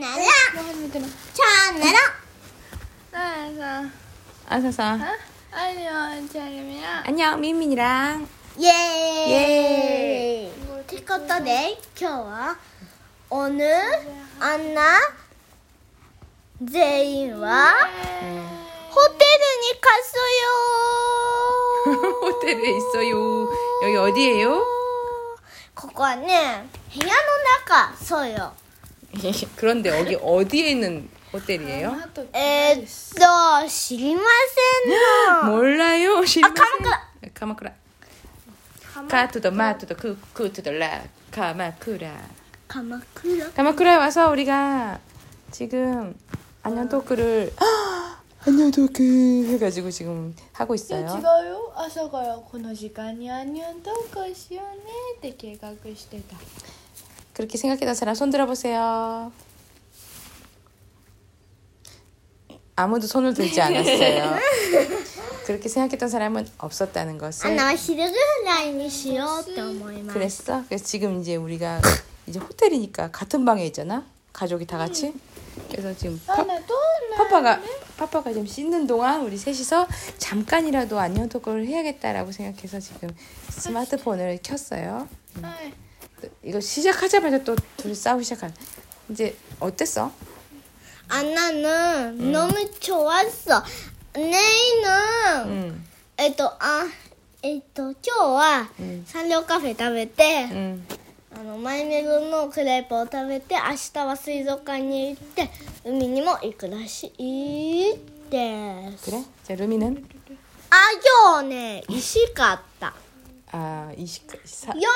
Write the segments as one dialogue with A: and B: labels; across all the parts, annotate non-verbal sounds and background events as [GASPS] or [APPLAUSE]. A: 나나라 나나라
B: 나에서
C: 알았어.
B: 안녕 재림이야
C: 아, 안녕, 민민이랑. [LAUGHS]
A: 예 티커터 내 켜와 오늘 안나 제이와 호텔에 갔어요
C: 호텔에 있어요. 여기 어디예요? [LAUGHS]
A: ここはね部屋の中そうよ
C: 그런데 여기 어디에 있는 호텔이에요?
B: 하도
A: えーっと知りませんの
C: 몰라요. 실망.
A: 카마쿠라.
C: 카마쿠라. 카투더 마투더 그, 쿠쿠투더라 카마쿠라.
A: 鎌倉
C: 카마쿠라에 와서 우리가 지금 안녕 토크를 [GASPS] 안녕 토크 해가지고 지금 하고
B: 違う
C: 있어요.
B: よ朝からこの時間にアニュン投稿しようねって計画してた
C: 그렇게 생각했던 사람 손 들어보세요. 아무도 손을 들지 않았어요. 그렇게 생각했던 사람은 없었다는
A: ア
C: 것을
A: ナは昼ぐらいにしようって思います
C: 그랬어. 그래서 지금 이제 우리가 이제 호텔이니까 같은 방에 있잖아. 가족이 다 같이. 그래서 지금 파,
B: アナどんな
C: 파파가 파파가 좀 씻는 동안 우리 셋이서 잠깐이라도 안녕 토크를 해야겠다라고 생각해서 지금 스마트폰을 켰어요.
B: はい、
C: 이거 시작하자마자 또 둘이 싸우기 시작한. 이제 어땠어?
A: 안나는 너무 좋았어. 내일은
C: 응.
A: 에또 아 에또 좋아.
C: 응.
A: 산려 카페 食べて
C: 응.
A: あのマイメロのクレープを食べて明日は水族館に行って海にも行くらしいです。
C: 그래? 자, 루미는
A: あ今日ね石買った。
C: 아, 24.
A: 4種類。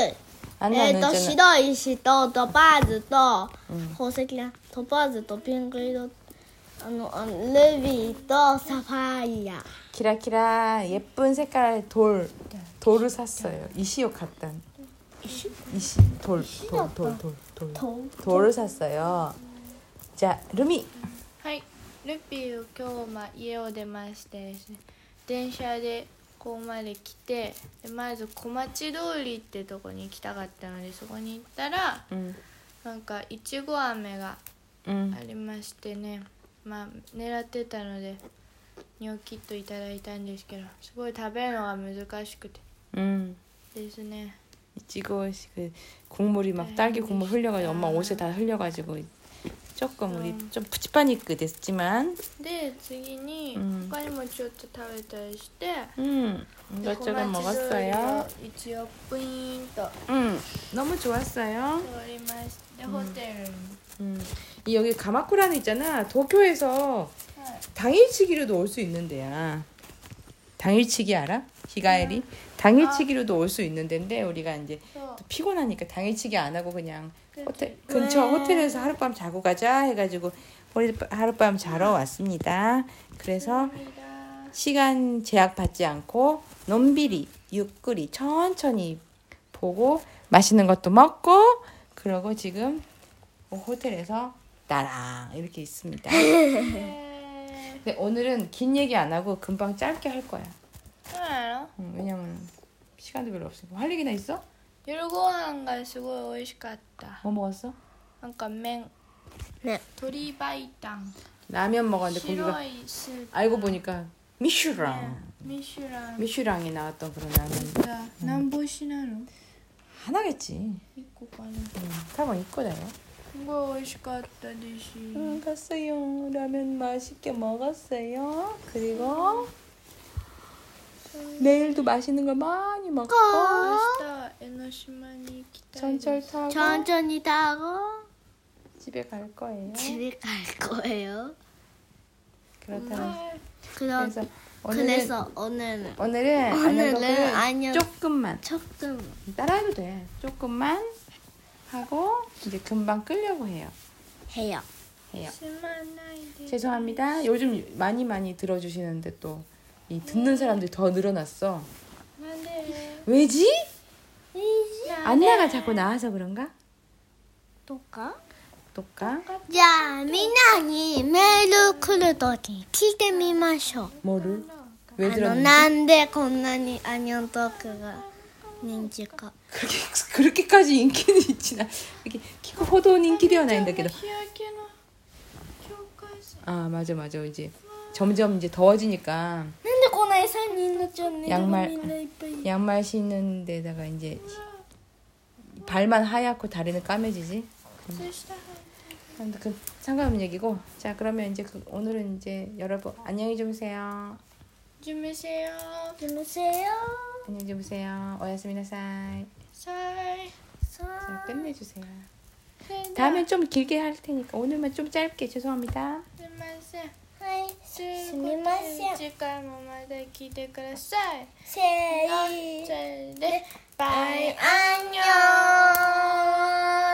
A: えっ、
C: 안나는
A: と
C: 저는
A: 白い石とトパーズと宝石だ、トパーズとピンク色あのあのルビーとサファイア
C: 키라키라 예쁜 색깔의 돌 돌을 샀어요. 이시요 갔단.
A: 이시?
C: 이시 돌 돌 돌 돌 돌, 돌,
A: と
C: 돌을 샀어요. 자, 루미.
B: はい、ルピーを今日、ま、家を出まして電車でここまで来てでまず小町通りってとこに行きたかったのでそこに行ったら
C: 음.
B: なんかいちご飴が
C: 음.
B: ありましてねまあ狙ってたのでニョキッといただいたんですけどすごい食べるのが難しくて
C: 음.
B: ですね
C: 이치고 씨, 그 국물이 막 딸기 국물 흘려 가지고 엄마 옷에 다 음. 흘려 가지고 조금 우리 좀 푸치파니크 됐지만
B: で次に
C: うん
B: 他にもちょっと食べたりして、
C: 음.
B: で小町通
C: 이것저것
B: り
C: 먹었어요.
B: を一応プイーンと
C: 음. 너무 좋았어요.
B: 通りましてホテルに、
C: 음. 이 여기 가마쿠라는 있잖아. 도쿄에서
B: はい、
C: 당일치기로도 올 수 있는데야. 당일치기 알아? 히가엘이 당일치기로도 올 수 있는 데인데 우리가 이제
B: そう
C: 또 피곤하니까 당일치기 안 하고 그냥 호텔
B: 그치.
C: 근처
B: 네.
C: 호텔에서 하룻밤 자고 가자 해가지고 우리 하룻밤 자러 왔습니다. 그래서
B: 涙
C: 시간 제약 받지 않고 놈비리 육구리 천천히 보고 맛있는 것도 먹고 그러고 지금 호텔에서 나랑 이렇게 있습니다.
B: え
C: 근데 오늘은 긴 얘기 안 하고 금방 짧게 할 거야.
B: ーそうなの
C: 응, 왜냐면 시간도 별로 없으니까. 할 얘기나 있어?
B: 夜ご飯がすごい美味しかった
C: 뭐 먹었어?
B: なんか麺
A: ね
B: 鶏白湯
C: 라면 먹었는데
B: 白
C: 고기가
B: いスープ
C: 알고 보니까 미슈랑
B: ミシュラン
C: 미슈랑이 나왔던 그런 라면
B: が何星なの
C: 하나겠지.
B: 一個かな
C: 응, 다만 있거든요.
B: すごい美味しかったですし、
C: 응, 음, 갔어요. 라면 맛있게 먹었어요. 그리고 내일도 맛있는 걸 많이 먹고
B: 明日江ノ島に行きたいです
C: 전철 타고
A: ちょんちょんにだご
C: 집에 갈 거예요.
A: 집에 갈 거예요.
C: 그렇다면
A: 그럼
C: 어, 그래서 오늘은
A: 그래서 오늘은
C: 오늘은
A: 오늘은
C: 안녕
A: 안녕.
C: 조금만
A: 조금
C: 따라해도 돼. 조금만 하고 이제 금방 끌려고 해요.
A: 해요.
C: 해요.
B: すまないで
C: 죄송합니다. 요즘 많이 많이 들어주시는데 또 이 듣는 사람들이 더 늘어났어.
B: なんで
C: 왜지?
B: なんで
C: 안나가 자꾸 나와서 그런가?
A: 또까?
C: 똑까?
A: じゃあみんなにメール来るときに聞いてみましょう。
C: 뭐를?
A: あ
C: 왜
A: の
C: 들었는지?
A: なんでこんなにアニョントークが人気か。
C: 그렇게, 그렇게까지 인기는 있지나 이렇게 키코 ほど人気ではないんだけど
B: 日焼けの境界線
C: 아 맞아 맞아 이제 점점 이제 더워지니까
A: なんでこんな餌になっちゃうね
C: 양말
A: みんないっぱい
C: 양말 신는 데다가 이제 발만 하얗고 다리는 까매지지.
B: 靴下履い
C: 근데 그 상관없는 얘기고. 자 그러면 이제 그 오늘은 이제 여러분 안녕히 주무세요.
B: て準備せよ
A: 気のせよ
C: 안녕히 주무세요. 오야스미나사이.
B: さい
A: さ
C: 자
A: あ
C: 끝내주세요.
B: それでは
C: 다음엔 좀 길게 할 테니까 오늘만 좀 짧게 죄송합니다.
B: すみません
A: はい
B: と
A: す
B: いう
A: みませ
B: こ
A: ん
B: とで次回もまた聞いてください
A: せ
B: せ
A: ー
B: 네. ーでバイ
A: あんよー